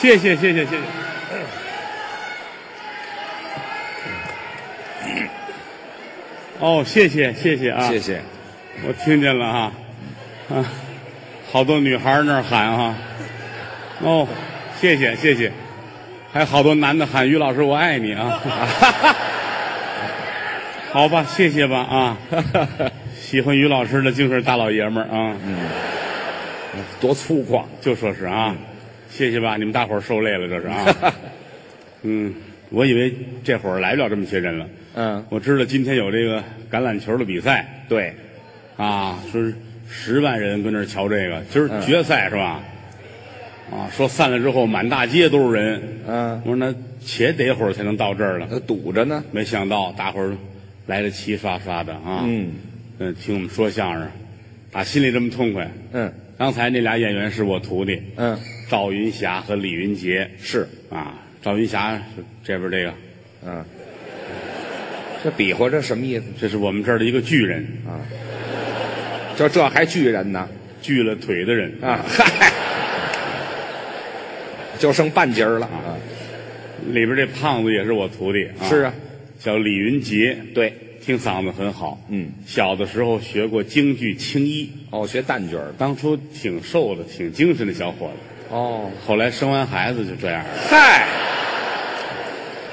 谢谢谢谢谢谢。哦，谢谢谢谢啊！谢谢。我听见了啊，啊，好多女孩儿那儿喊啊，哦，谢谢谢谢，还好多男的喊于老师我爱你啊， 好吧，谢谢吧 啊，喜欢于老师的就是大老爷们儿啊，多粗犷，就说是嗯啊，谢谢吧，你们大伙儿受累了这是 啊，嗯，我以为这会儿来不了这么些人了，嗯，我知道今天有这个橄榄球的比赛，对，啊，说是十万人跟那儿瞧这个，今嗯儿决赛是吧？啊，说散了之后满大街都是人。嗯，我说那且得会儿才能到这儿了，那堵着呢，没想到大伙儿来的齐刷刷的啊。嗯嗯，听我们说相声，打心里这么痛快。嗯刚才那俩演员是我徒弟，嗯，赵云霞和李云杰是，啊。赵云霞是这边这个，嗯，这比划这什么意思？这是我们这儿的一个巨人，就这还巨人呢？锯了腿的人啊，嗨，就剩半截儿了啊！里边这胖子也是我徒弟啊。是啊，叫李云杰，对，听嗓子很好。嗯，小的时候学过京剧青衣，哦，学旦角儿的，当初挺瘦的，挺精神的小伙子。哦，后来生完孩子就这样了，嗨，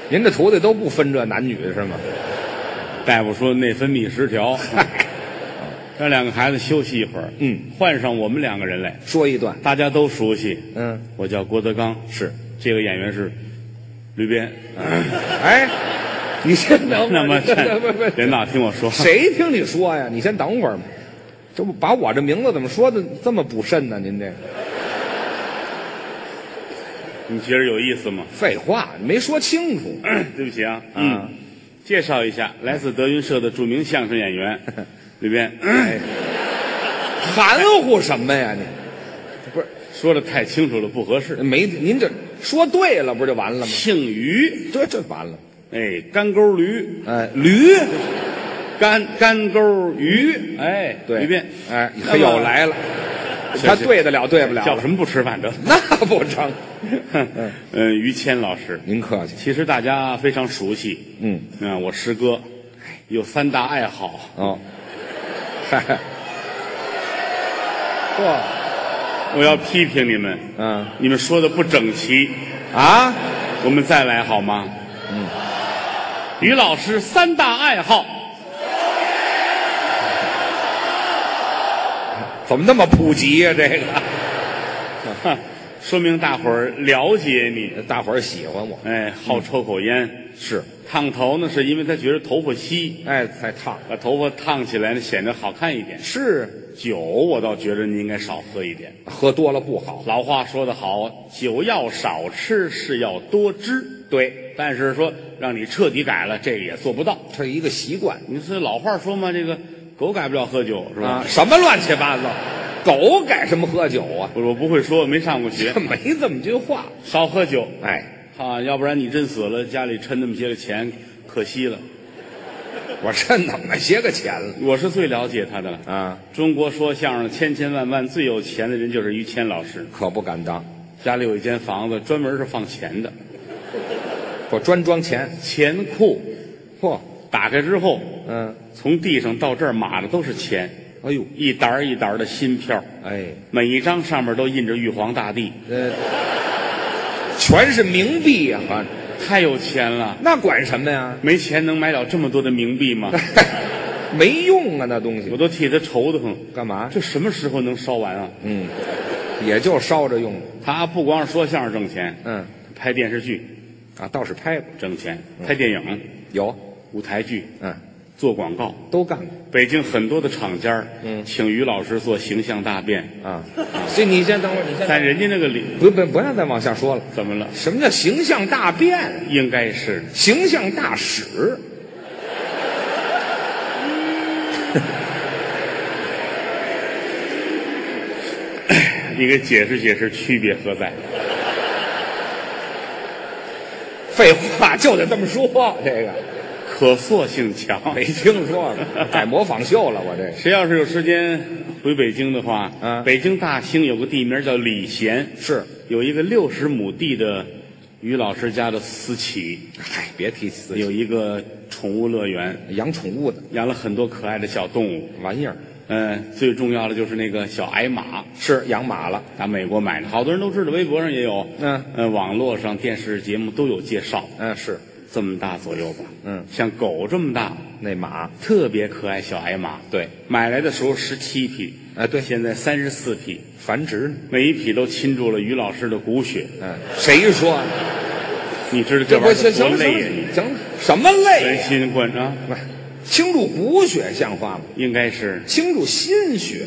您这徒弟都不分这男女是吗？大夫说内分泌失 调，嗯让两个孩子休息一会儿。嗯，换上我们两个人来，说一段，大家都熟悉。嗯，我叫郭德纲，是，这个演员是吕 鞭。啊哎，你先等会儿，那么你先不 不别闹，听我说，谁听你说呀？你先等会儿嘛，这不把我这名字怎么说的这么不慎呢？您这你觉得有意思吗？废话没说清楚。对不起啊，嗯，介绍一下，来自德云社的著名相声演员 吕鞭。哎，含糊什么呀你？不是说的太清楚了不合适。没您这说对了不就完了吗？姓于，这这完了。哎，干沟驴，哎，驴，干干沟鱼，哎，对，一遍，哎，那么可有，来了，行他行对得了对不了？叫什么不吃饭得了？那不成。哼 嗯，于谦老师，您客气，其实大家非常熟悉，嗯，嗯，我师哥有三大爱好，哦， 嗨，嚯，我要批评你们，嗯你们说的不整齐，啊，我们再来好吗？嗯，于老师三大爱好，怎么那么普及呀、这个。哼说明大伙儿了解你，大伙儿喜欢我，哎，好抽口烟，是，烫头呢，是因为他觉得头发稀，哎，才烫，把头发烫起来呢，显得好看一点。是酒，我倒觉得你应该少喝一点。喝多了不好，老话说得好，酒要少吃，是要多知。对，但是说让你彻底改了，这个也做不到。这一个习惯你是老话说嘛，这个狗改不了喝酒，是吧？啊，什么乱七八糟，狗改什么喝酒啊？我我不会说，没上过学，没这么句话，少喝酒哎，啊，要不然你真死了，家里趁那么些个钱，可惜了。我这哪么些个钱了我是最了解他的了。啊？中国说相声千千万万最有钱的人就是于谦老师。可不敢当，家里有一间房子，专门是放钱的，我专装钱，钱库。嚯，打开之后，嗯，从地上到这儿码的都是钱，哎呦，一沓儿一沓儿的新票，哎，每一张上面都印着玉皇大帝，呃，全是冥币呀、反正太有钱了。那管什么呀？没钱能买了这么多的冥币吗？没用啊，那东西我都替他愁得很。干嘛？这什么时候能烧完啊？嗯，也就烧着用，他不光是说相声挣钱，嗯，拍电视剧啊，倒是拍过，挣钱，拍电影、有，舞台剧、嗯。做广告。都干过北京很多的厂家，嗯，请于老师做形象大变，啊。所以你先等会儿，你先等会但儿人家那个里不不不要再往下说了。怎么了？什么叫形象大变？应该是形象大使。你给解释解释区别何在？废话就得这么说，这个可塑性强。没听说过，改模仿秀了，我这谁要是有时间回北京的话，嗯北京大兴有个地名叫礼贤，是，有一个六十亩地的于老师家的私企，嗨，哎别提自己有一个宠物乐园，养宠物的养了很多可爱的小动物。玩意儿，嗯，最重要的就是那个小矮马，是养马了，打美国买的，好多人都知道，微博上也有，嗯呃，网络上电视节目都有介绍，嗯，是这么大左右吧，嗯像狗这么大，那马，特别可爱小矮马，对，买来的时候十七匹，啊对现在三十四匹，繁殖呢，每一匹都侵入了于老师的骨血，嗯，谁说的？你知道这这玩意行儿多行累呀、行行，什么你累人呀、心关啊，不是倾注骨血像话吗？应该是倾注心血，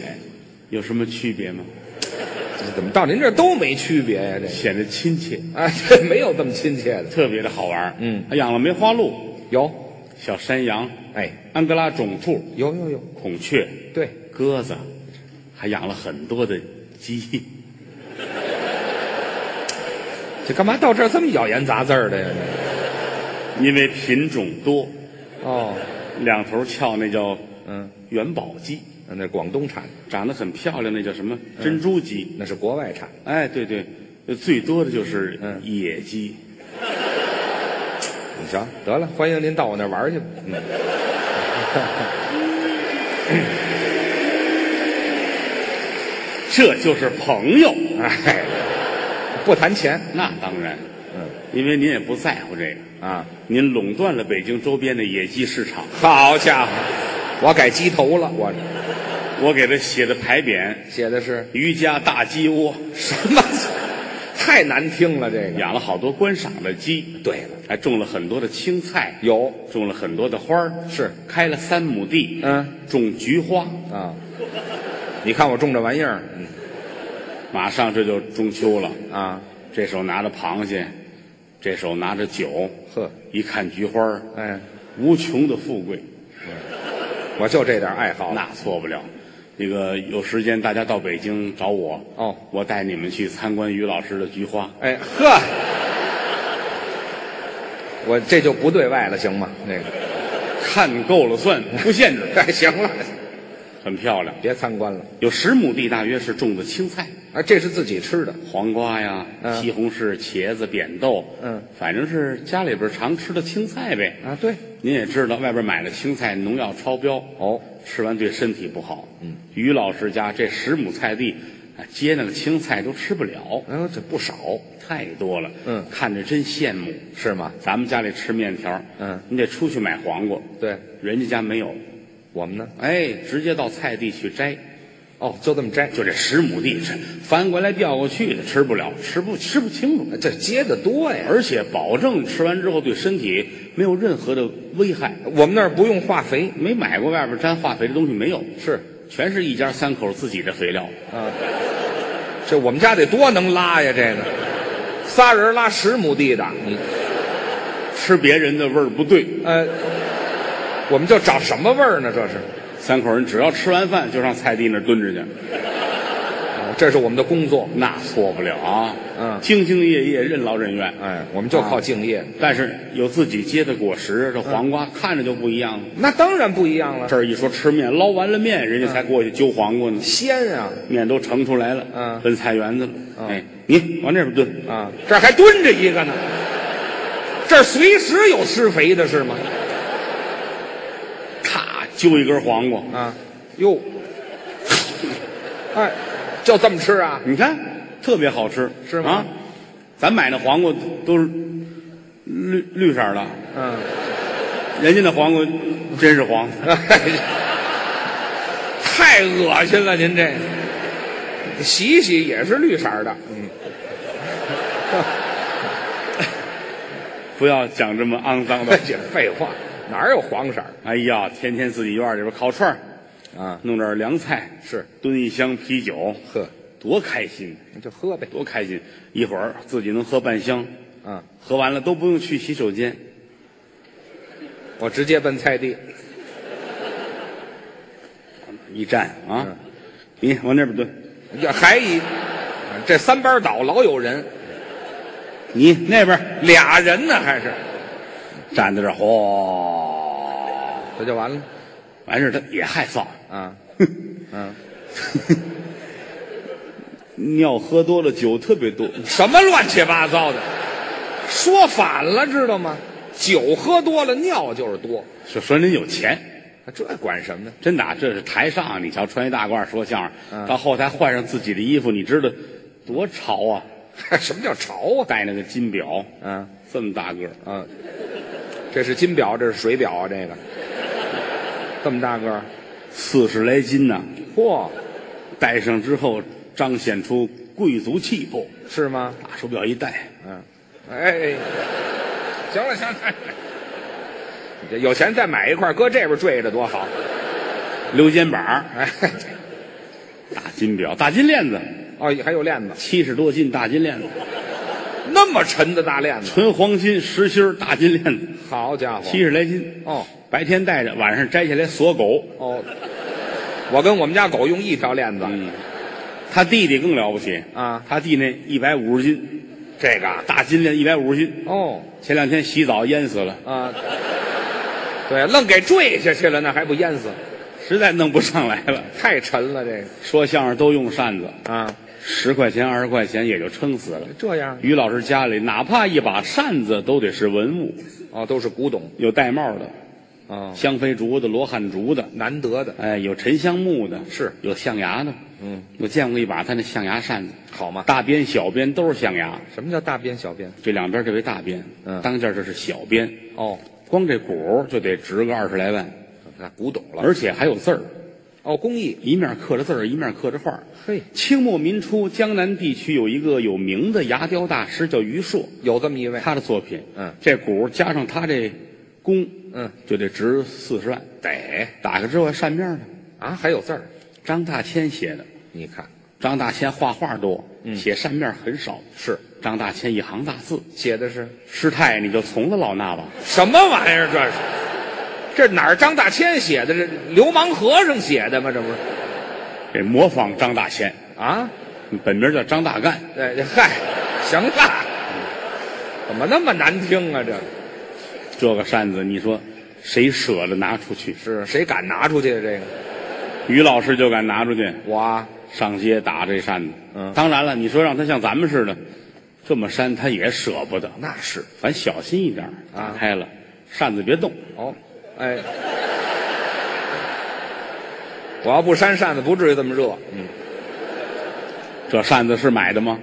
有什么区别吗？这怎么到您这儿都没区别呀、这个，显得亲切，哎， 这没有这么亲切的。特别的好玩。嗯，还养了梅花鹿、有，小山羊、哎，安哥拉种兔、有有有，孔雀、对，鸽子，还养了很多的鸡。这干嘛到这儿这么咬言杂字儿的呀？这因为品种多，哦，两头翘那叫嗯，元宝鸡，那是广东产，长得很漂亮，那叫什么嗯珍珠鸡？那是国外产，哎，对对，呃最多的就是嗯野鸡。你瞧，嗯得了，欢迎您到我那儿玩儿去吧。嗯，这就是朋友，哎，不谈钱那当然，嗯，因为您也不在乎这个，啊，您垄断了北京周边的野鸡市场。好家伙，我改鸡头了，我我给他写的牌匾写的是“于家大鸡窝什么？ 太难听了，这”，个。养了好多观赏的鸡，对了，还种了很多的青菜，有种了很多的花儿，是开了三亩地，嗯种菊花，啊，你看我种这玩意儿，嗯马上这就中秋了，啊，这手拿着螃蟹，这手拿着酒，呵，一看菊花儿，哎，无穷的富贵，我就这点爱好。那错不了。那个有时间大家到北京找我哦，我带你们去参观于老师的菊花。哎呵，我这就不对外了，行吗？那个，看够了算，不限制，哎，行了，很漂亮。别参观了。有十亩地，大约是种的青菜，啊，这是自己吃的，黄瓜呀、嗯西红柿、茄子、扁豆，嗯，反正是家里边常吃的青菜呗。啊，对，您也知道，外边买的青菜农药超标，哦，吃完对身体不好。嗯，于老师家这十亩菜地，啊接那个青菜都吃不了，哎呦，这不少太多了。嗯看着真羡慕。是吗？咱们家里吃面条，嗯你得出去买黄瓜，对，人家家没有，我们呢？哎，直接到菜地去摘。哦，就这么摘，就这十亩地，这翻过来调过去的，吃不了，吃不吃不清楚，这接的多呀。而且保证吃完之后对身体没有任何的危害。我们那儿不用化肥，没买过外边沾化肥的东西没有，是全是一家三口自己的肥料。啊，这我们家得多能拉呀，这个，仨人拉十亩地的，你吃别人的味儿不对，呃，我们就找什么味儿呢？这是，三口人只要吃完饭就上菜地那儿蹲着去，啊这是我们的工作。那错不了啊。嗯兢兢业业，任劳任怨。啊哎，我们就靠敬业。但是有自己结的果实，这黄嗯瓜看着就不一样了。那当然不一样了，这儿一说吃面，捞完了面，人嗯家才过去揪黄瓜呢，鲜啊面都盛出来了，嗯奔菜园子了。嗯哎，你往那边蹲，啊！这儿还蹲着一个呢，这儿随时有施肥的是吗？咔揪一根黄瓜，啊，哟，哎，就这么吃啊？你看特别好吃，是吗啊，咱买那黄瓜都是绿绿色儿的，嗯，人家那黄瓜真是黄。 哎太恶心了，您这洗洗也是绿色儿的，不要讲这么肮脏哎 的。这废话，哪有黄色儿哎呀，天天自己院里边烤串儿啊？弄点凉菜，是炖一箱啤酒，呵，多开心，你就喝呗。多开心！一会儿自己能喝半箱，啊，喝完了都不用去洗手间，我直接奔菜地。一站啊，你往那边蹲，呀，还一，这三班倒老有人，你那边俩人呢还是，站在这儿，嚯，这就完了完事儿他也害臊，啊。嗯， 尿喝多了，酒特别多。什么乱七八糟的，说反了，知道吗？酒喝多了，尿就是多，说说您有钱，这管什么呀？真的啊，这是台上你瞧穿一大褂说相声，嗯到后台换上自己的衣服，你知道多潮啊！ 什么叫潮啊？戴那个金表，嗯这么大个儿，嗯，这是金表，这是水表啊，这个这么大个儿，四十来斤呢、嚯，戴上之后彰显出贵族气魄。是吗？大手表一戴，嗯，哎，行了行了，哎你这有钱再买一块，搁这边坠着多好。溜肩膀，哎，大金表，大金链子，哦，还有链子，七十多斤大金链子，那么沉的大链子，纯黄金实心儿大金链子，好家伙！七十来斤。哦白天戴着，晚上摘下来锁狗。哦，我跟我们家狗用一条链子，嗯，他弟弟更了不起啊他弟那一百五十斤，这个啊大金链一百五十斤。哦前两天洗澡淹死了，啊，对，愣给坠下去了，那还不淹死？实在弄不上来了。太沉了，这说相声都用扇子，个啊，十块钱二十块钱也就撑死了。这样于老师家里哪怕一把扇子都得是文物，哦，都是古董有玳瑁的，啊、香妃竹的、罗汉竹的，难得的，哎，有沉香木的，是有象牙的。嗯，我见过一把他那象牙扇子，好吗？大边、小边都是象牙，什么叫大边小边？这两边这为大边，嗯当间这是小边，哦，光这鼓就得值个二十来万，那古董了而且还有字儿，哦，工艺一面刻着字儿，一面刻着画儿。嘿，清末民初，江南地区有一个有名的牙雕大师叫于硕，有这么一位，他的作品，嗯，这鼓加上他这弓，嗯，就得值四十万。得打开之后还扇面呢，啊，还有字儿，张大千写的。你看张大千画画多，写扇面很少。是张大千一行大字，写的是师太你就从了老衲吧。什么玩意儿？这是这哪儿？张大千写的？这流氓和尚写的吗？这不是得模仿张大千，啊？本名叫张大干。哎，嗨，行了，怎么那么难听啊？这这个扇子，你说谁舍得拿出去？是谁敢拿出去的？啊这个于老师就敢拿出去，我啊上街打这扇子。嗯当然了，你说让他像咱们似的这么扇，他也舍不得。那是咱小心一点儿，啊打开了扇子别动。哦，哎，我要不扇扇子，不至于这么热，这扇子是买的吗？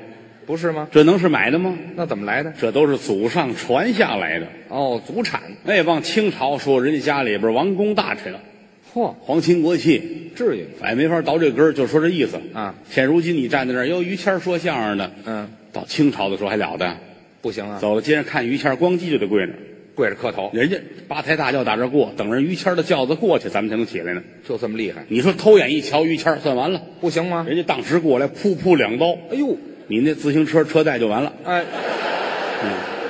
不是吗？这能是买的吗？那怎么来的？这都是祖上传下来的。哦，祖产，哎，往清朝说，人家家里边王公大臣，嚯，皇亲国戚，至于吗？反正没法倒这根儿，就说这意思啊。现如今你站在那儿，哟，于谦儿说相声呢，嗯，到清朝的时候还了得？不行啊，走到街上看于谦儿，咣叽就得跪那儿。跪着磕头，人家八抬大轿打这儿过，等着于谦儿的轿子过去，咱们才能起来呢。就这么厉害，你说偷眼一瞧，于谦儿算完了，不行吗？人家当时过来，噗噗两刀，哎呦，你那自行车车带就完了。哎，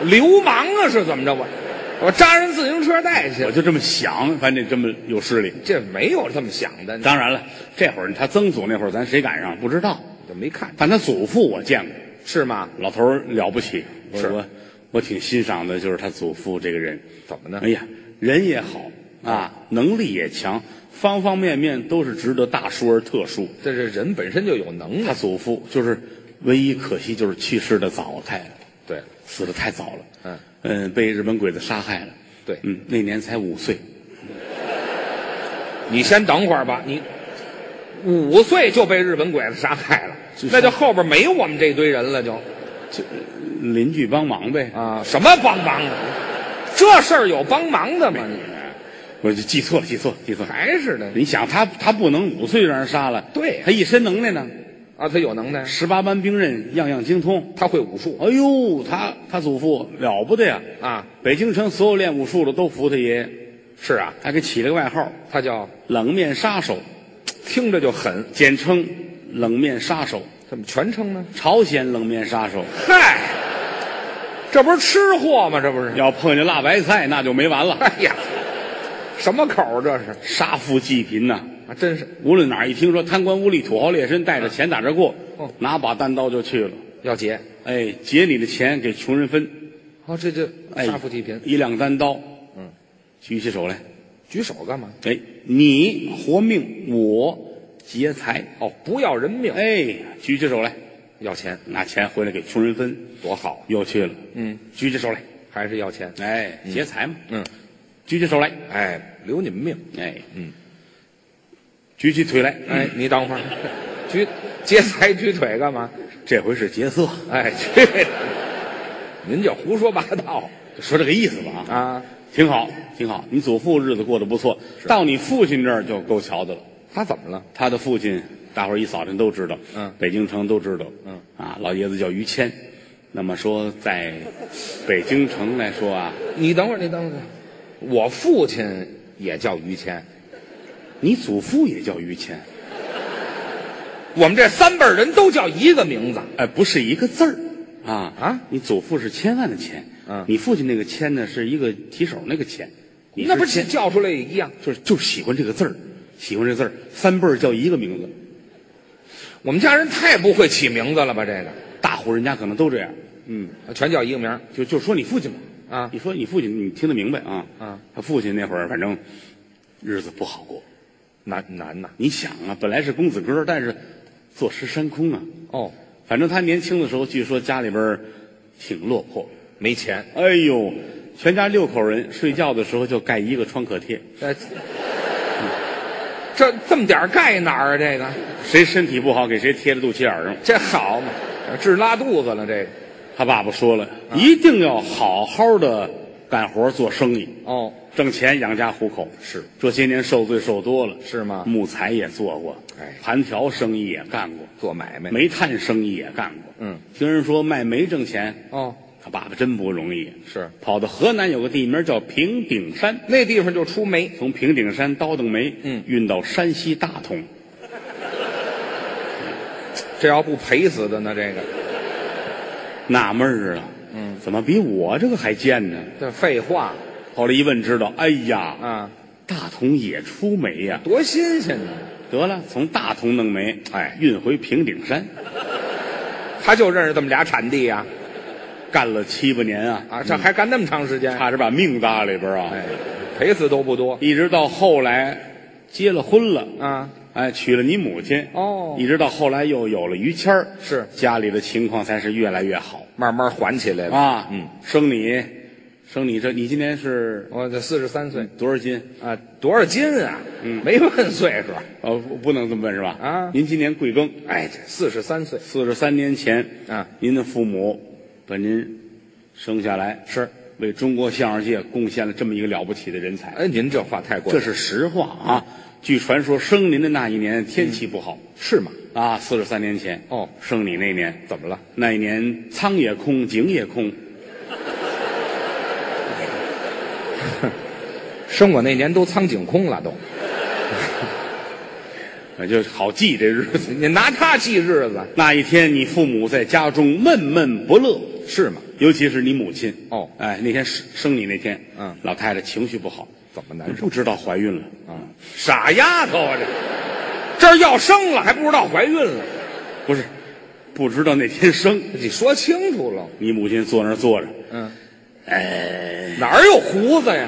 流氓啊，是怎么着？我我扎人自行车带去我，就这么想，反正这么有势力。这没有这么想的，当然了，这会儿他曾祖那会儿，咱谁赶上不知道，就没看但他祖父我见过。是吗？老头儿了不起，我是我我挺欣赏的，就是他祖父这个人。怎么呢哎？呀，人也好啊，能力也强，方方面面都是值得大书而特书。这是人本身就有能他耐，祖父就是唯一可惜就是去世的早，太对，死的太早了。嗯嗯，被日本鬼子杀害了。对嗯，那年才五岁。你先等会儿吧，你五岁就被日本鬼子杀害了这，是那就后边没我们这堆人了就，邻居帮忙呗，啊，什么帮忙啊？这事儿有帮忙的吗？你嗯我就记错了，记错了，记错了。还是的你想他，他不能五岁让人杀了，对呀他一身能耐呢，啊，他有能耐，十八般兵刃，样样精通。他会武术哎呦，他他祖父了不得呀！啊，北京城所有练武术的都服他爷，是啊，他给起了个外号他叫“冷面杀手听着就狠”，，简称“冷面杀手怎么全称呢？”，朝鲜冷面杀手。嗨，这不是吃货吗？这不是？要碰见辣白菜，那就没完了，哎呀，什么口儿这是？杀富济贫呐、还真是无论哪儿一听说贪官污吏、土豪劣绅带着钱打这过哦，拿把单刀就去了。要劫哎，劫你的钱给穷人分，哦，这就哎，杀富济贫，一两单刀，嗯，举起手来，举手干嘛？哎，你活命，我劫财。哦，不要人命，哎，举起手来，要钱拿钱回来给穷人分，多好，又去了。嗯，举起手来，还是要钱？哎，劫财嘛，嗯，举起手来，哎，留你们命。哎，嗯，举起腿来，哎，你等会 儿，举劫财举腿干嘛？这回是劫色，哎，去，您就胡说八道说这个意思吧啊，啊！挺好，挺好。你祖父日子过得不错，到你父亲这儿就够瞧的了。他怎么了？他的父亲，大伙儿一扫听都知道，嗯北京城都知道，嗯，啊，老爷子叫于谦。那么说，在北京城来说啊，你等会儿，你等会儿，我父亲也叫于谦，你祖父也叫于谦，我们这三辈儿人都叫一个名字。哎，不是一个字儿啊啊！你祖父是千万的千，嗯你父亲那个谦呢是一个提手那个谦，你那不是是谦叫出来也一样？就是就是喜欢这个字儿，喜欢这字儿，三辈儿叫一个名字，我们家人太不会起名字了吧？这个大户人家可能都这样，嗯，全叫一个名儿就就说你父亲吧，啊你说你父亲，你听得明白啊？啊，他父亲那会儿反正日子不好过，难难呐！你想啊，本来是公子哥，但是坐吃山空啊，哦，反正他年轻的时候，据说家里边儿挺落魄。没钱，哎呦，全家六口人睡觉的时候就盖一个创可贴，呃，这这么点儿盖哪儿啊？这个谁身体不好给谁贴在肚脐眼儿上。这好嘛，治拉肚子了这个。他爸爸说了，啊一定要好好的干活做生意，哦，挣钱养家糊口。是，这些年受罪受多了，是吗木材也做过，哎盘条生意也干过，做买卖煤炭生意也干过。嗯，听人说卖煤挣钱，哦，他爸爸真不容易。是跑到河南有个地名叫平顶山，那地方就出煤，从平顶山倒腾煤，嗯运到山西大同。这要不赔死的呢？这个纳闷儿啊，嗯，怎么比我这个还贱呢？这废话后来一问知道，哎呀，啊，大同也出煤呀、多新鲜呢！得了，从大同弄煤，哎运回平顶山，他就认识这么俩产地呀、干了七八年啊，啊，这还干那么长时间，差点把命搭里边啊。哎，赔死都不多一直到后来结了婚了，啊。哎，娶了你母亲，哦一直到后来又有了于谦儿，是家里的情况才是越来越好慢慢缓起来了啊。嗯，生你，生你这，你今年是我这四十三岁多少斤？啊，多少斤啊？嗯没问岁数。哦，不不能这么问是吧？啊您今年贵庚？哎，这四十三岁四十三年前啊，您的父母把您生下来，是。为中国相声界贡献了这么一个了不起的人才，哎，您这话太过这分，是实话啊。据传说，生您的那一年天气不好、是吗？啊，四十三年前哦生你那年怎么了？那一年仓也空，井也空，生我那年都苍井空了都， 呃就好记这日子。你拿他记日子那一天，你父母在家中闷闷不乐，是吗？尤其是你母亲哦哎，那天生生你那天，嗯老太太情绪不好，怎么难受？不知道怀孕了啊，傻丫头啊，这这儿要生了还不知道怀孕了，不是，不知道那天生。你说清楚了。你母亲坐那儿坐着，嗯，哎，哪儿有胡子呀？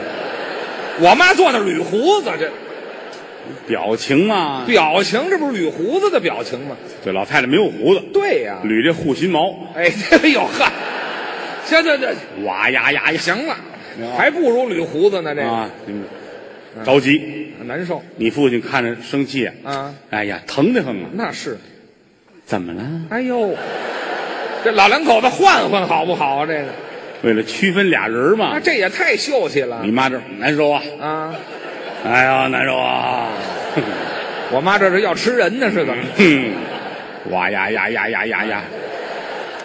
我妈坐那儿捋胡子，这表情嘛，表情，这不是捋胡子的表情吗？对，老太太没有胡子，对呀、捋这护心毛，哎， 这有汗，行这这哇呀呀呀，行了行，还不如捋胡子呢，这个、啊，你们着急。难受。你父亲看着生气啊，哎呀，疼得很啊。那是，怎么了？哎呦，这老两口子换换好不好啊？这个，为了区分俩人啊，嘛，这也太秀气了你妈这难受啊，啊！哎呀，难受啊，我妈这是要吃人呢，是嗯怎么？哼， 哇呀呀呀呀呀呀，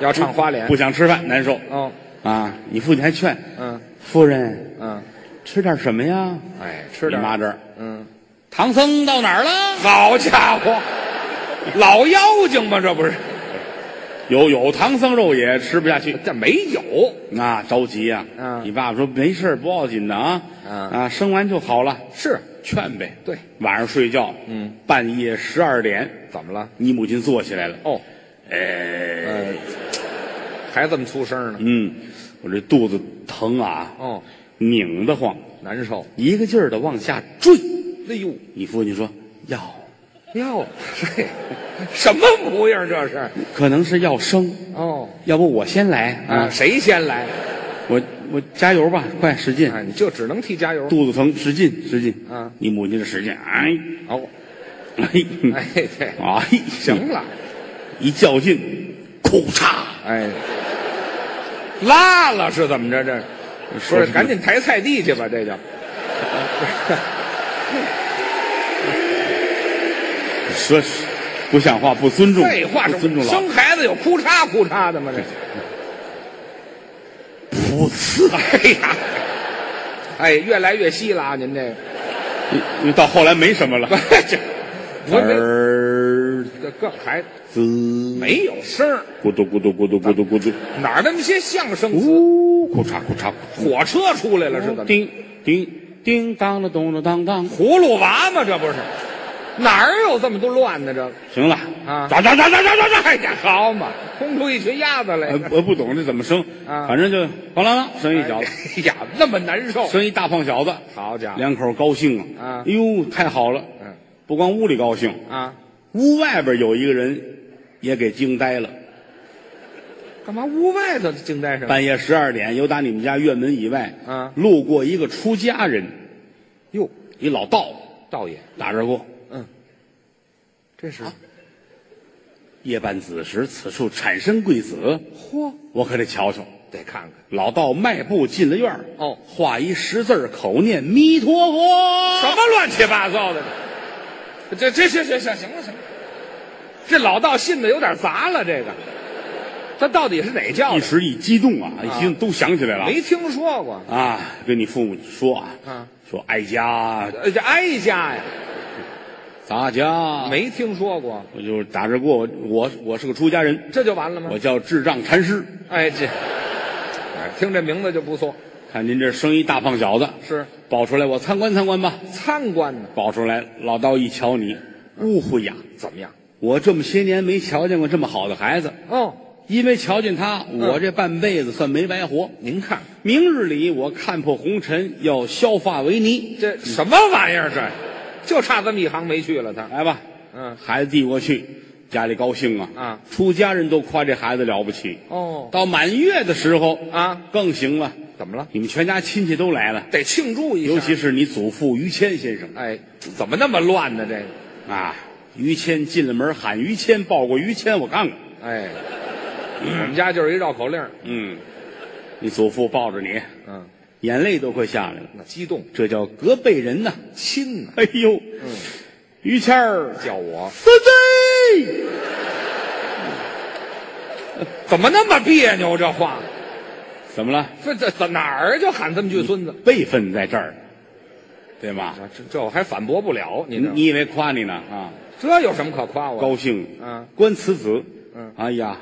要唱花脸？不想吃饭，难受哦，啊。你父亲还劝嗯夫人嗯，吃点什么呀？哎，吃点你妈这儿，嗯，唐僧到哪儿了？好家伙，老妖精吗？这不是？有有唐僧肉也吃不下去，这没有，啊，着急呀、嗯你爸爸说没事儿不要紧的啊，嗯啊，生完就好了，是劝呗。对，晚上睡觉，嗯，半夜十二点，怎么了？你母亲坐起来了，哦，哎，呃，还这么出声呢？嗯，我这肚子疼啊，哦，拧得慌，难受。一个劲儿的往下坠。哎呦，你父亲说要，哟，这什么模样这是？可能是要生，哦要不我先来啊，谁先来？我我加油吧，快使劲，啊，你就只能替加油。肚子疼，使劲使劲。啊，你母亲的使劲，哎哦，哎哎对，哎，行，了，一较劲，裤嚓，哎，拉了是怎么着？这不是赶紧抬菜地去吧？这就说是不像话，不尊重，废话，不尊重老生孩子有哭嚓哭嚓的吗？这。不次。 哎呀，哎，越来越稀了啊！您这个，因为哎到后来没什么了， 这我这儿这更还子没有声儿，咕嘟咕嘟咕嘟咕嘟咕嘟，哪儿那么些相声词？呜，裤嚓裤嚓，火车出来了是怎么着？叮叮叮当了，咚了当当。葫芦娃吗？这不是？哪儿有这么多乱的？这行了啊咋咋咋咋咋咋咋。哎呀，好嘛，空出一群鸭子来呃，！我不懂这怎么生，哎啊反正就咣啷啷生一小子，哎呀，那么难受！生一大胖小子，好家伙，两口高兴啊哎呦，太好了！嗯不光屋里高兴，啊，屋外边有一个人也给惊呆了。干嘛屋外头惊呆什么？半夜十二点，由打你们家院门以外，哎啊路过一个出家人，哟，一老道道爷，打这儿过。嗯，这是夜半子时，此处产生贵子，嚯，我可得瞧瞧。得看看老道迈步进了院儿哦画一十字儿口念弥陀佛。什么乱七八糟的！这这这这这行了行了，这老道信的有点杂了，这个他到底是哪教一的？时一激动啊，一激动都想起来了。没听说过。啊，跟你父母说啊，啊说哀家，呃，这哀家呀，咱家，没听说过，我就打着过我我我是个出家人，这就完了吗我？叫智障禅师。哎，这，哎听这名字就不错，看您这生一大胖小子，是抱出来我参观参观吧。参观呢，抱出来，老道一瞧你，呜呼呀！怎么样？我这么些年没瞧见过这么好的孩子，哦，因为瞧见他，嗯我这半辈子算没白活。您看明日里我看破红尘，要削发为尼。这什么玩意儿这，就差这么一行没去了他。来吧，嗯，孩子递过去，家里高兴啊，啊，出家人都夸这孩子了不起。哦，到满月的时候啊，更行了，怎么了？你们全家亲戚都来了，得庆祝一下。尤其是你祖父于谦先生哎，怎么那么乱呢？这个。啊。于谦进了门，喊于谦，抱过于谦，我看看。哎，我们家就是一绕口令儿。嗯，你祖父抱着你，嗯，眼泪都快下来了，那激动这叫隔辈人呐。亲呢、啊哎呦，嗯于谦儿，叫我四嗯弟，怎么那么别扭？这话，怎么了？这这这哪儿就喊这么句孙子？辈分在这儿，对吗？啊，这这我还反驳不了你你这，你以为夸你呢啊？这有什么可夸我的？高兴，嗯，观此子，嗯，哎呀，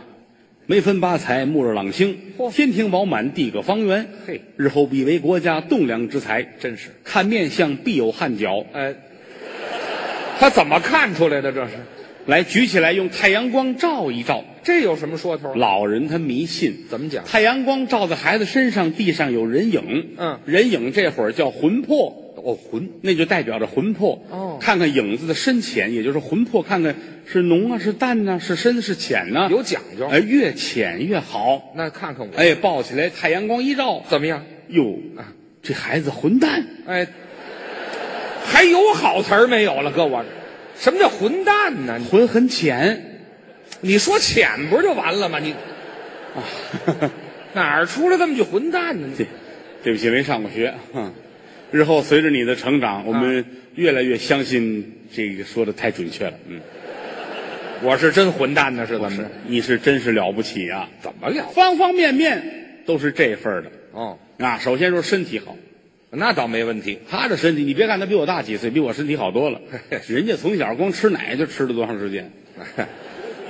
眉分八彩，目若朗星，嚯天庭饱满，地阁方圆，嘿，日后必为国家栋梁之才。真是，看面相必有汗脚，哎，他怎么看出来的？这是，来举起来，用太阳光照一照。这有什么说头？老人他迷信，怎么讲？太阳光照在孩子身上，地上有人影，嗯人影这会儿叫魂魄，哦，魂，那就代表着魂魄。哦看看影子的深浅，也就是魂魄，看看是浓啊，是淡呐、是深是浅呐、有讲究。哎，越浅越好。那看看我、哎，抱起来，太阳光一照，怎么样？哟啊，这孩子混蛋！哎，还有好词儿没有了？哥我，什么叫混蛋呢？你魂很浅，你说浅不是就完了吗？你哪儿出来这么句混蛋呢？啊 对，对不起，没上过学。哼，日后随着你的成长，我啊们越来越相信这个说的太准确了。嗯，我是真混蛋呢，是怎么是着？你是真是了不起啊！怎么了？方方面面都是这份儿的哦，啊。首先说身体好，那倒没问题。他的身体，你别看他比我大几岁，比我身体好多了。人家从小光吃奶就吃了多长时间？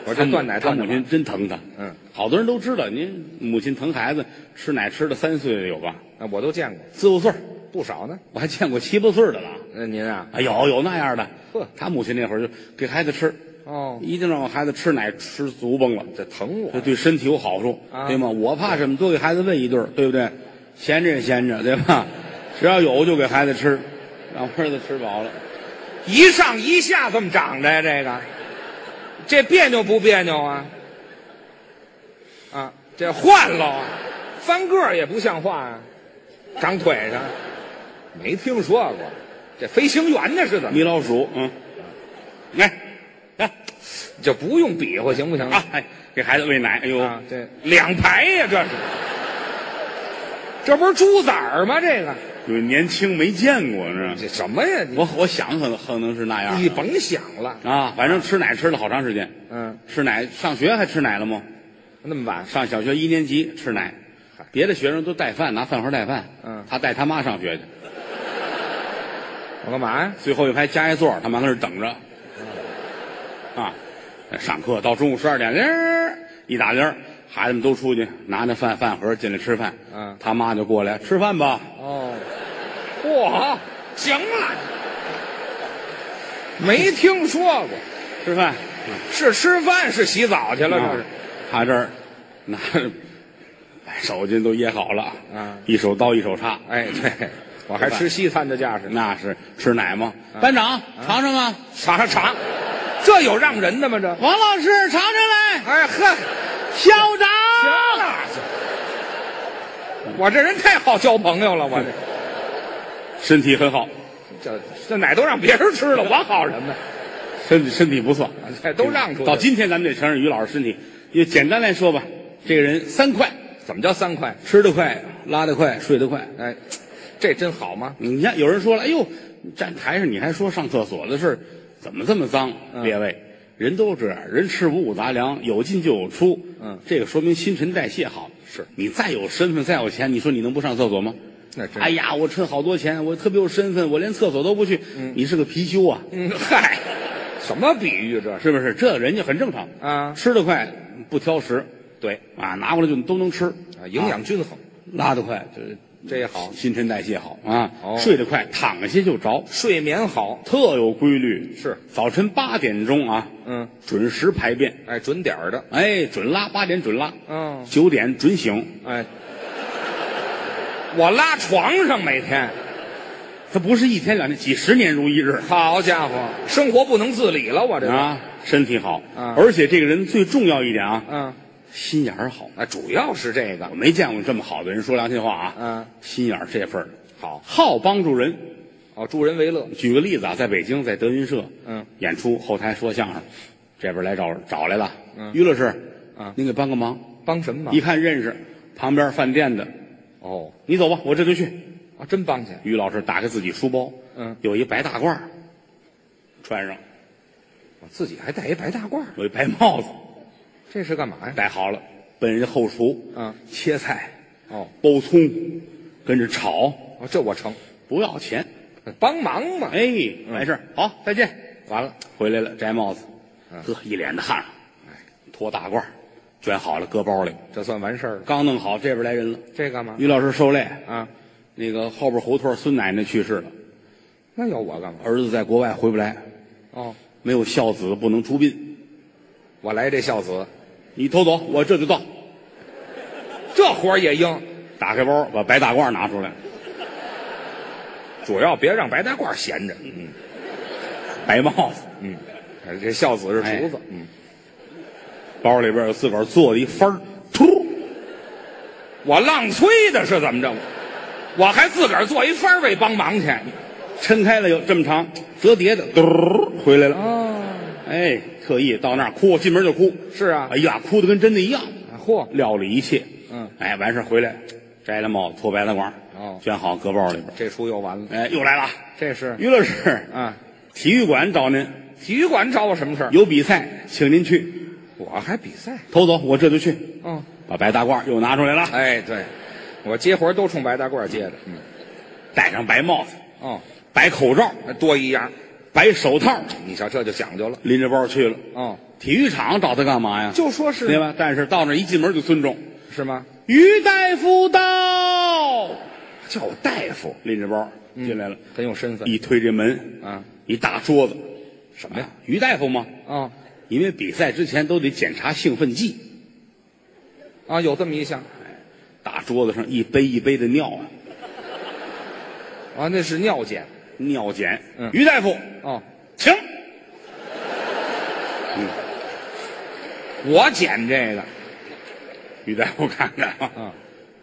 我这断奶他断母的亲真疼他。嗯，好多人都知道，您母亲疼孩子，吃奶吃到三岁有吧？晚，啊我都见过四五岁儿，不少呢。我还见过七八岁儿的了。那您啊，啊，有有那样的。呵他母亲那会儿就给孩子吃，哦，一定让我孩子吃奶吃足崩了，这疼我这对身体有好处，啊对吗？我怕什么？多给孩子喂一顿儿，对不对？ 闲着也闲着，对吧？只要有就给孩子吃，让儿子吃饱了。一上一下这么长着呀？这个，这别扭不别扭啊？啊，这换了啊，翻个儿也不像话啊，长腿上，没听说过，这飞行员呢是怎么？米老鼠，嗯，来，来你就不用比划行不行啊，哎，给孩子喂奶，哎呦，啊，这两排呀、这是，这不是猪崽儿吗？这个就是年轻没见过是吧？这什么呀？你我我想可能可能是那样你甭想了，啊，反正吃奶吃了好长时间，嗯，吃奶上学还吃奶了吗？那么晚，上小学一年级吃奶，别的学生都带饭，拿饭盒带饭，嗯他带他妈上学去，我干嘛呀？最后一排加一座，他妈搁那儿等着，啊，上课到中午十二点铃儿一打铃儿，孩子们都出去拿着饭饭盒进来吃饭，嗯他妈就过来吃饭吧，哦，嚯，行了，没听说过，吃饭，是吃饭是洗澡去了啊这是？他这儿拿着把手巾都掖好了，嗯一手刀一手叉，哎，对，我还吃西餐的架势呢，嗯那是吃奶吗？班长尝尝吧，尝尝尝，这有让人的吗？这，王老师尝尝来，哎呵。校长。行了，我这人太好交朋友了，我身体很好，这这这奶都让别人吃 了，我好什么呀？身体身体不错，哎都让出去了到今天咱们得承认于老师身体，也简单来说吧，这个人三快：怎么叫三块？吃得快、拉得快、睡得快。哎，这真好吗？你看，有人说了，哎呦，你站台上你还说上厕所的事儿，怎么这么脏？嗯列位，人都这样，人吃五谷杂粮，有进就有出。嗯，这个说明新陈代谢好。是你再有身份，再有钱，你说你能不上厕所吗？那真哎呀，我趁好多钱，我特别有身份，我连厕所都不去。你是个貔貅啊！嗯，嗨，什么比喻这是？是不是？这人家很正常啊吃得快，不挑食对啊，拿过来就都能吃啊，营养均衡，拉得快，就是这也好，新陈代谢好啊，哦睡得快，躺下就着，睡眠好，特有规律。是早晨八点钟啊，嗯，准时排便，哎，准点儿的，哎，准拉八点准拉，嗯，九点准醒，哎，我拉床上每天，它不是一天两天，几十年如一日好家伙，生活不能自理了，我这个，啊，身体好啊，而且这个人最重要一点啊，嗯，心眼儿好。啊，主要是这个我，没见过这么好的人，说良心话啊，嗯，心眼儿这份儿的好，好帮助人，哦，助人为乐，举个例子啊，在北京，在德云社，嗯，演出后台说相声，这边来找找来了，嗯于老师，嗯您给帮个忙，帮什么忙一？看认识，旁边饭店的，哦，你走吧，我这就去。啊，真帮去，于老师打开自己书包，嗯有一白大褂儿，穿上，我自己还带一白大褂儿，有一白帽子，这是干嘛呀？戴好了，奔人家后厨，嗯切菜，哦，剥葱，跟着炒，哦这我成，不要钱，帮忙嘛。哎，嗯完事儿，好，再见，完了，回来了，摘帽子，嗯哎呵，一脸的汗，脱大褂儿，卷好了，搁包里。这算完事儿了。刚弄好，这边来人了。这干嘛于老师受累，啊？那个后边胡同孙奶奶去世了，那要我干嘛？儿子在国外回不来，哦，没有孝子不能出殡。我来这孝子，你偷走，我这就到。这活儿也应。打开包，把白大褂拿出来，主要别让白大褂闲着。白帽子，嗯，哎这孝子是厨子。嗯，包里边有自个儿做的一幡儿，突，我浪吹的是怎么着？我还自个儿做一番儿为帮忙去。抻开了有这么长，折叠的，嘟儿回来了。哦，哎，特意到那儿哭，进门就哭。是啊哎呀，哭的跟真的一样。啊嚯，料理一切，嗯，哎，完事儿回来，摘了帽子，脱白大褂，哦卷好搁包里边。这出又完了。哎，又来了，这是于老师，啊，体育馆找您体育馆找我什么事儿？有比赛，请您去。我还比赛。头走，我这就去。嗯。把白大褂又拿出来了，哎，对，我接活儿都冲白大褂接的。嗯，戴上白帽子，哦，白口罩，多一样，白手套，你瞧这就讲究了。拎着包去了。哦，体育场找他干嘛呀？就说对是吧？但是到那儿一进门就尊重，是吗？于大夫到，叫我大夫，拎着包嗯进来了，很有身份一推这门，啊。一大桌子，什么呀？于大夫吗？哦，因为比赛之前都得检查兴奋剂，啊，有这么一项大桌子上一杯一杯的尿啊，啊，那是尿检。尿检。嗯于大夫，哦，停。我捡这个，于大夫看看啊，嗯，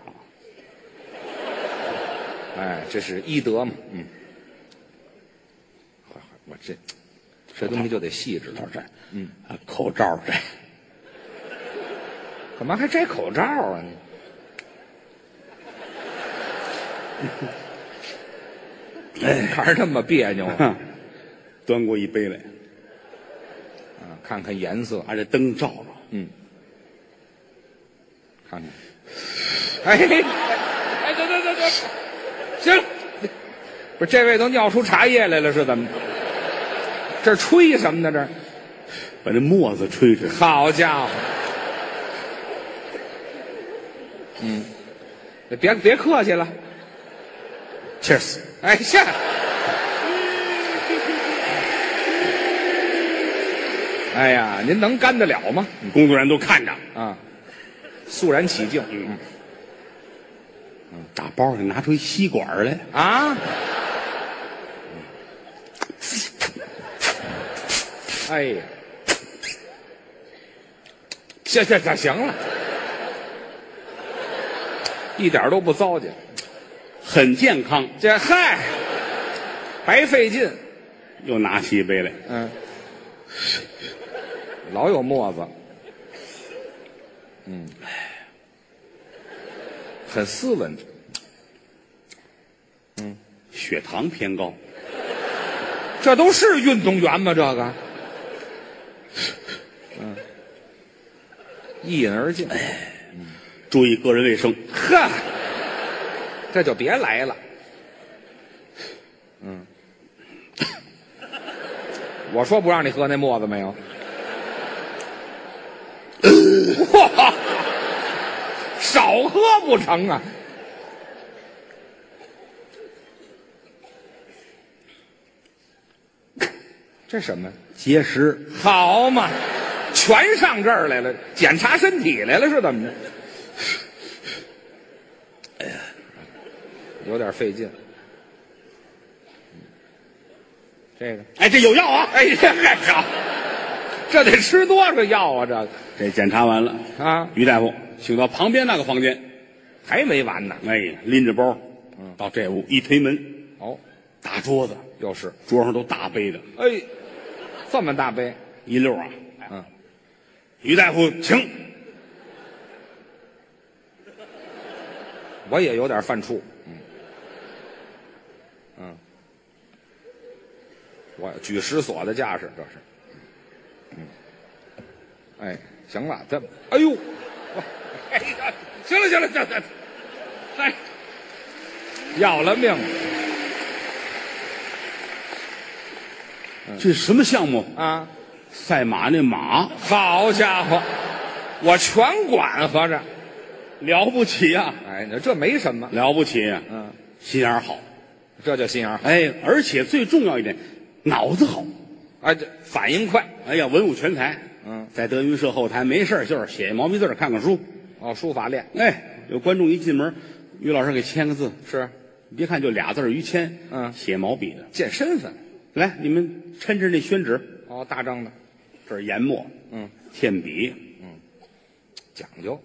好，哎，这是医德嘛，嗯，好好我这这东西就得细致到这，嗯，口罩这，干嘛还摘口罩啊你？看哎着那么别扭啊，哼，端过一杯来，啊看看颜色，拿这灯照照，看看。哎，哎，等等等等，行了，不是这位都尿出茶叶来了是怎么着？这吹什么呢？这把这沫子吹吹，好家伙！嗯，别别客气了， c h e e r s 哎下。哎呀，您能干得了吗？工作人员都看着，啊，肃然起敬。嗯嗯打包里拿出一吸管来，啊！哎呀，行行行行了，一点都不糟践。很健康，这嗨，白费劲。又拿起一杯来，嗯，老有沫子。嗯，嗯很斯文。血糖偏高，这都是运动员吗？这个，嗯，一饮而尽。注意个人卫生，呵，这就别来了。嗯，我说不让你喝那沫子没有？哇，少喝不成啊！这什么呀？节食，好嘛，全上这儿来了，检查身体来了是怎么着？哎有点费劲。这个，哎，这有药啊，哎呀，好，这得吃多少药啊？这个这检查完了，啊，于大夫请到旁边那个房间，还没完呢。哎，拎着包，到这屋一推门，哦，大桌子，又是，桌上都大杯的，哎，这么大杯，一溜啊，嗯，于大夫请，我也有点犯怵，嗯，嗯，我举石锁的架势，这是，嗯，哎，行了，这，哎呦，我哎呀，行了行了，行了，哎，要了命了这什么项目？啊！赛马那马好家伙，我全管合着，了不起啊呀、哎，那这没什么，了不起呀、嗯，心眼儿好，这叫心眼儿好，哎，而且最重要一点，脑子好，哎，这反应快，哎呀，文武全才。嗯，在德云社后台没事儿就是写毛笔字儿，看看书。哦，书法练哎，有观众一进门，于老师给签个字，是别看就俩字儿于谦，嗯写毛笔的。见身份，来，你们抻着那宣纸，哦，大张的，这是研墨，嗯，添笔，讲究，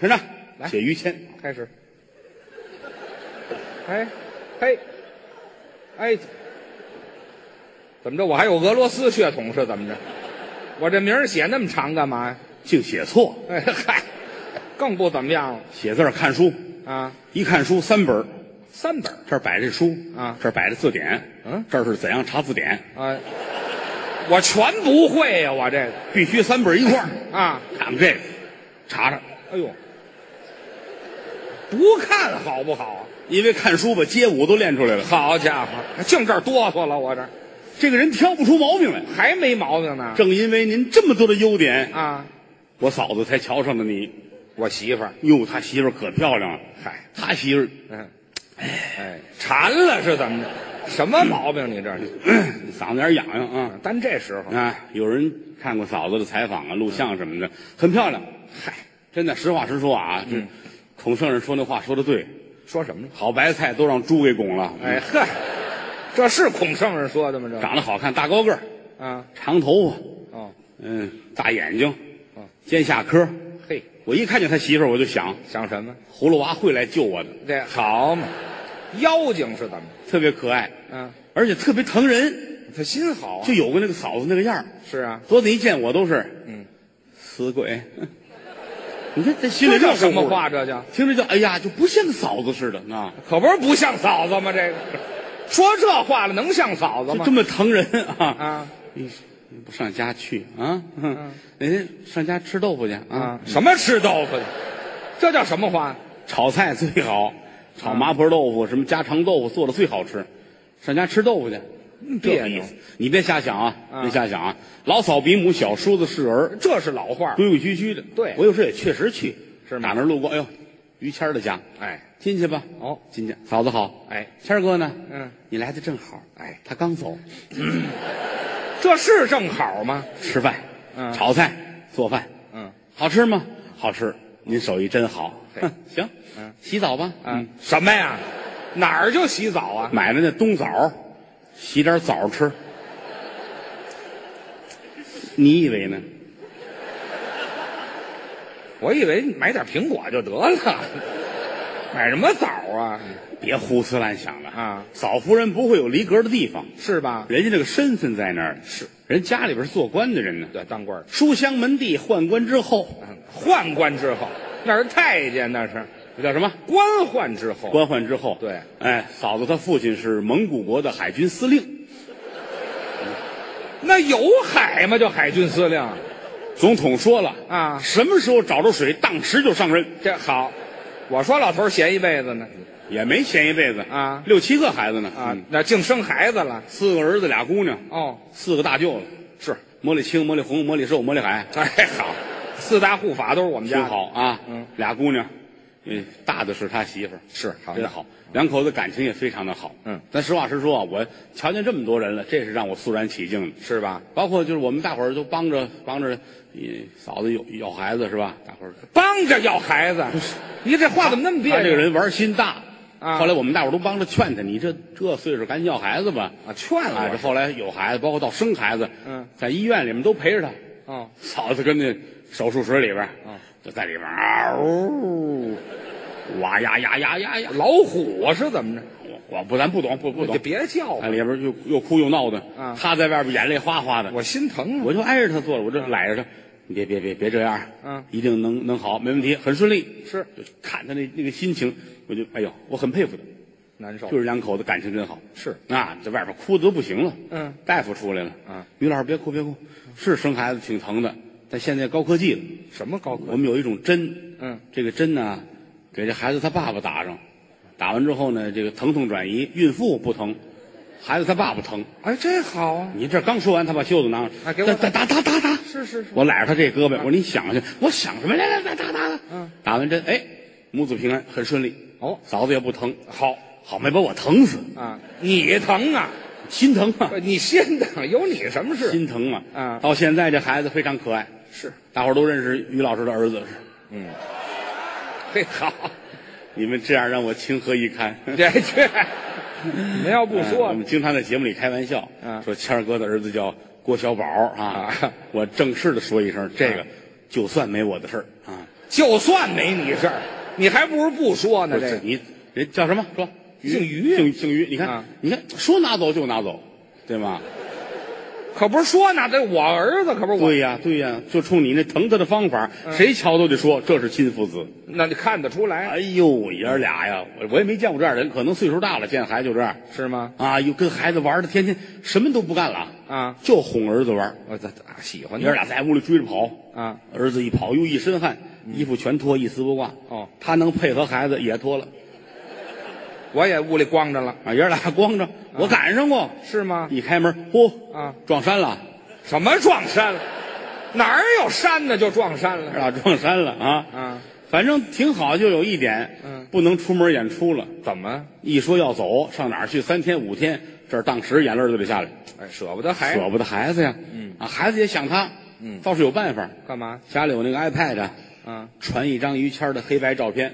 是吧？来写于谦，开始，哎，嘿，哎，怎么着？我还有俄罗斯血统是怎么着？我这名儿写那么长干嘛呀？竟写错，哎嗨，更不怎么样了写字儿看书，啊！一看书三本儿，三本儿这儿摆着书啊这儿摆着字典，嗯，这儿是怎样查字典，啊，我全不会呀、我这个必须三本儿一块儿。啊，看看这个，查查，哎呦，不看好不好啊？因为看书吧，街舞都练出来了。好家伙，净这儿哆嗦了，我这儿这个人挑不出毛病来。还没毛病呢正因为您这么多的优点，啊！我嫂子才瞧上了你。我媳妇儿，哟，他媳妇儿可漂亮了。嗨，他媳妇儿嗯，哎，馋了是怎么着？什么毛病？你这是？嗯嗓子眼儿痒痒啊但这时候，啊！有人看过嫂子的采访啊、录像什么的，很漂亮。嗨，真的，实话实说啊，嗯这孔圣人说那话说的对，说什么呢？好白菜哎都让猪给拱了。哎呵，这是孔圣人说的吗？这长得好看，大高个儿，啊，长头发，哦，嗯，大眼睛哦，尖下颏儿。嘿，我一看见他媳妇儿，我就想，想什么？葫芦娃会来救我的，这好嘛，妖精是怎么？特别可爱，嗯，而且特别疼人，他心好啊。就有个那个嫂子那个样儿。是啊，多子一见我都是，嗯，死鬼。 你看这心里这叫热乎什乎么的话？？这叫听着就哎呀，就不像个嫂子似的啊，可不是不像嫂子吗？这个说这话了，能像嫂子就吗这？么疼人啊！啊你你不上家去啊？ 嗯人家上家吃豆腐去啊啊，，什么吃豆腐的？这叫什么话？炒菜最好，炒麻婆豆腐、什么家常豆腐做的最好吃，上家吃豆腐去。这别个意扭思，你别瞎想啊！啊别瞎想啊！老嫂比母小，叔子是儿，这是老话儿。规规矩矩的。对我有时候也确实去，是吗打那儿路过，哎呦，于谦儿的家，哎，进去吧。哦，进去，嫂子好。哎，谦儿哥呢？嗯，你来的正好。哎，他刚走，这是正好吗？吃饭，嗯炒菜，做饭，嗯好吃吗？好吃，您手艺真好。嘿哼行，嗯，洗澡吧。嗯，，什么呀？哪儿就洗澡啊？买了那冬枣，洗点枣吃。你以为呢？我以为你买点苹果就得了， 买什么枣啊？别胡思乱想了啊！嫂夫人不会有离格的地方，是吧？人家这个身份在那儿呢。是，人家里边是做官的人呢。对，当官儿书香门第，宦官之后，宦官之后，那是太监，那是这叫什么？官宦之后。官宦之后。对，哎，嫂子她父亲是蒙古国的海军司令，那有海吗？就海军司令。总统说了啊什么时候找着水，当时就上任，这好，我说老头儿闲一辈子呢也没闲一辈子啊六七个孩子呢啊嗯，那净生孩子了。四个儿子俩姑娘，哦，四个大舅了，是，魔力青、魔力红、魔力寿、魔力海，哎好，四大护法都是我们家挺的。好啊。嗯，俩姑娘，嗯，大的是他媳妇儿，是好真好，两口子感情也非常的好。嗯，咱实话实说啊，我瞧见这么多人了，这是让我肃然起敬的。是吧？包括就是我们大伙儿都帮着帮着，呃嫂子有有孩子是吧？大伙儿，帮着要孩子，你这话怎么那么别他嗯啊这扭？个人玩心大。啊后来我们大伙儿都帮着劝他，你这这岁数赶紧要孩子吧。啊，劝啊，这我。后来有孩子，包括到生孩子，嗯，在医院里面都陪着他。哦，嫂子跟那手术室里边，嗯，就在里边嗷，呜哇呀呀呀呀呀！老虎啊是怎么着？我我不咱不懂不不你懂就，别叫在我，里边又又哭又闹的，嗯他在外边眼泪哗哗的，我心疼啊。我就挨着他坐着，我这揽着他，你别别别别这样，嗯一定能能好，没问题，很顺利。是就看他那那个心情，我就哎呦，我很佩服嗯他，难受。就是两口子感情真好。是啊，这外边哭的都不行了。嗯，大夫出来了。嗯，于老师别哭别哭，是生孩子挺疼的，但现在高科技了，什么高我科？们有一种针，嗯，这个针呢，给这孩子他爸爸打上，打完之后呢，这个疼痛转移，孕妇不疼，孩子他爸爸疼。哎，这好啊。你这刚说完，他把袖子拿上，啊给我打打打打打，是是是啊我揽着他这胳膊，我说你想去，我想什么？来来来，打打打，嗯，打完针，哎，母子平安，很顺利。哦嫂子也不疼，好，好没把我疼死，啊，你疼啊？心疼啊，你心疼，有你什么事？心疼啊。啊到现在这孩子非常可爱，是，大伙儿都认识于老师的儿子。嘿，好，你们这样让我情何以堪？这 这，你们要不嗯说我，们经常在节目里开玩笑，嗯说谦儿哥的儿子叫郭小宝啊啊。我正式的说一声，这个啊就算没我的事儿啊。就算没你事儿，你还不如不说呢。不这是个你人叫什么？说姓于姓姓于。你看啊，你看，说拿走就拿走，对吗？可不是说呢，这我儿子可不是我，啊对呀，对呀，就冲你那疼他的方法，谁瞧都得说这是亲父子。那你看得出来哎呦，爷儿俩呀，我我也没见过这样的人，可能岁数大了见孩子就这样是吗？啊，又跟孩子玩的，天天什么都不干了，啊，就哄儿子玩。我这这喜欢你爷儿俩在屋里追着跑，啊，儿子一跑又一身汗，衣服全脱，一丝不挂。嗯哦，他能配合孩子也脱了我也屋里光着了，啊，爷儿俩光着，我赶上过。是吗？一开门，嚯啊，撞山了，什么撞山了？哪儿有山呢？就撞山这了俩撞山了啊！啊？反正挺好，就有一点，嗯不能出门演出了。怎么？一说要走，上哪儿去？三天五天，这儿当时眼泪就得下来，哎，舍不得孩子，舍不得孩子呀。嗯啊，孩子也想他，嗯，倒是有办法。干嘛？家里有那个 iPad，啊，传一张于谦的黑白照片，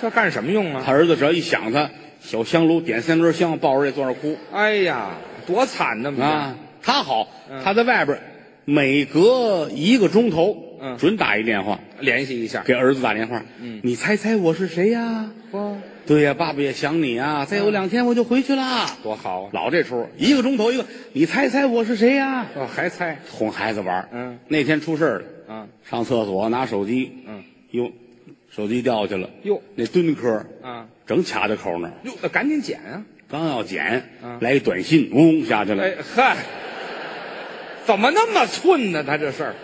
这干什么用啊？他儿子只要一想他，小香炉点三根香，抱着这坐那儿哭哎呀，多惨呐！我们家啊。他好，嗯他在外边儿每隔一个钟头，嗯准打一电话联系一下。给儿子打电话。嗯，你猜猜我是谁呀？哇，对呀，爸爸也想你啊！再有两天我就回去啦。多好啊！老这出，一个钟头一个，你猜猜我是谁呀？哦，还猜哄孩子玩儿嗯，那天出事儿了，啊？上厕所拿手机，嗯，哟，手机掉下去了，哟那蹲壳啊，正卡在口那儿，哟，那赶紧捡啊！刚要捡嗯，来一短信，嗡下去了哎，嗨，怎么那么寸呢？他这事儿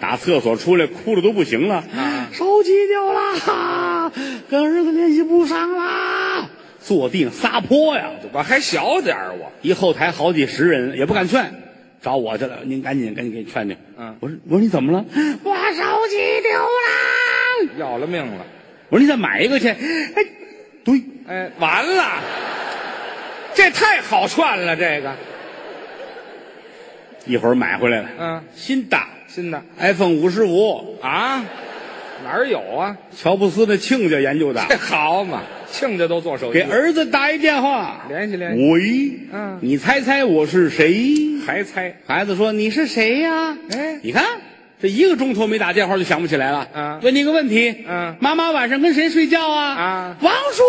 打厕所出来，哭的都不行了啊，手机掉啦，跟儿子联系不上啦，坐地上撒泼呀，我还小点儿，我一后台好几十人，也不敢劝，找我去了。您赶紧赶紧给劝劝。嗯我说我说你怎么了？我手机丢了。要了命了！我说你再买一个去。哎，对，哎，完了，这太好串了，这个一会儿买回来了。嗯新的新的 iPhone 五十五，啊，哪儿有啊？乔布斯的亲家研究 的，这好嘛，亲家都做手机给，儿子打一电话，联系联系，喂，嗯你猜猜我是谁？还猜孩子说你是谁呀？哎你看。这一个钟头没打电话就想不起来了。嗯问你个问题。嗯妈妈晚上跟谁睡觉啊？啊 王叔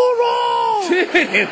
叔。去你的吧！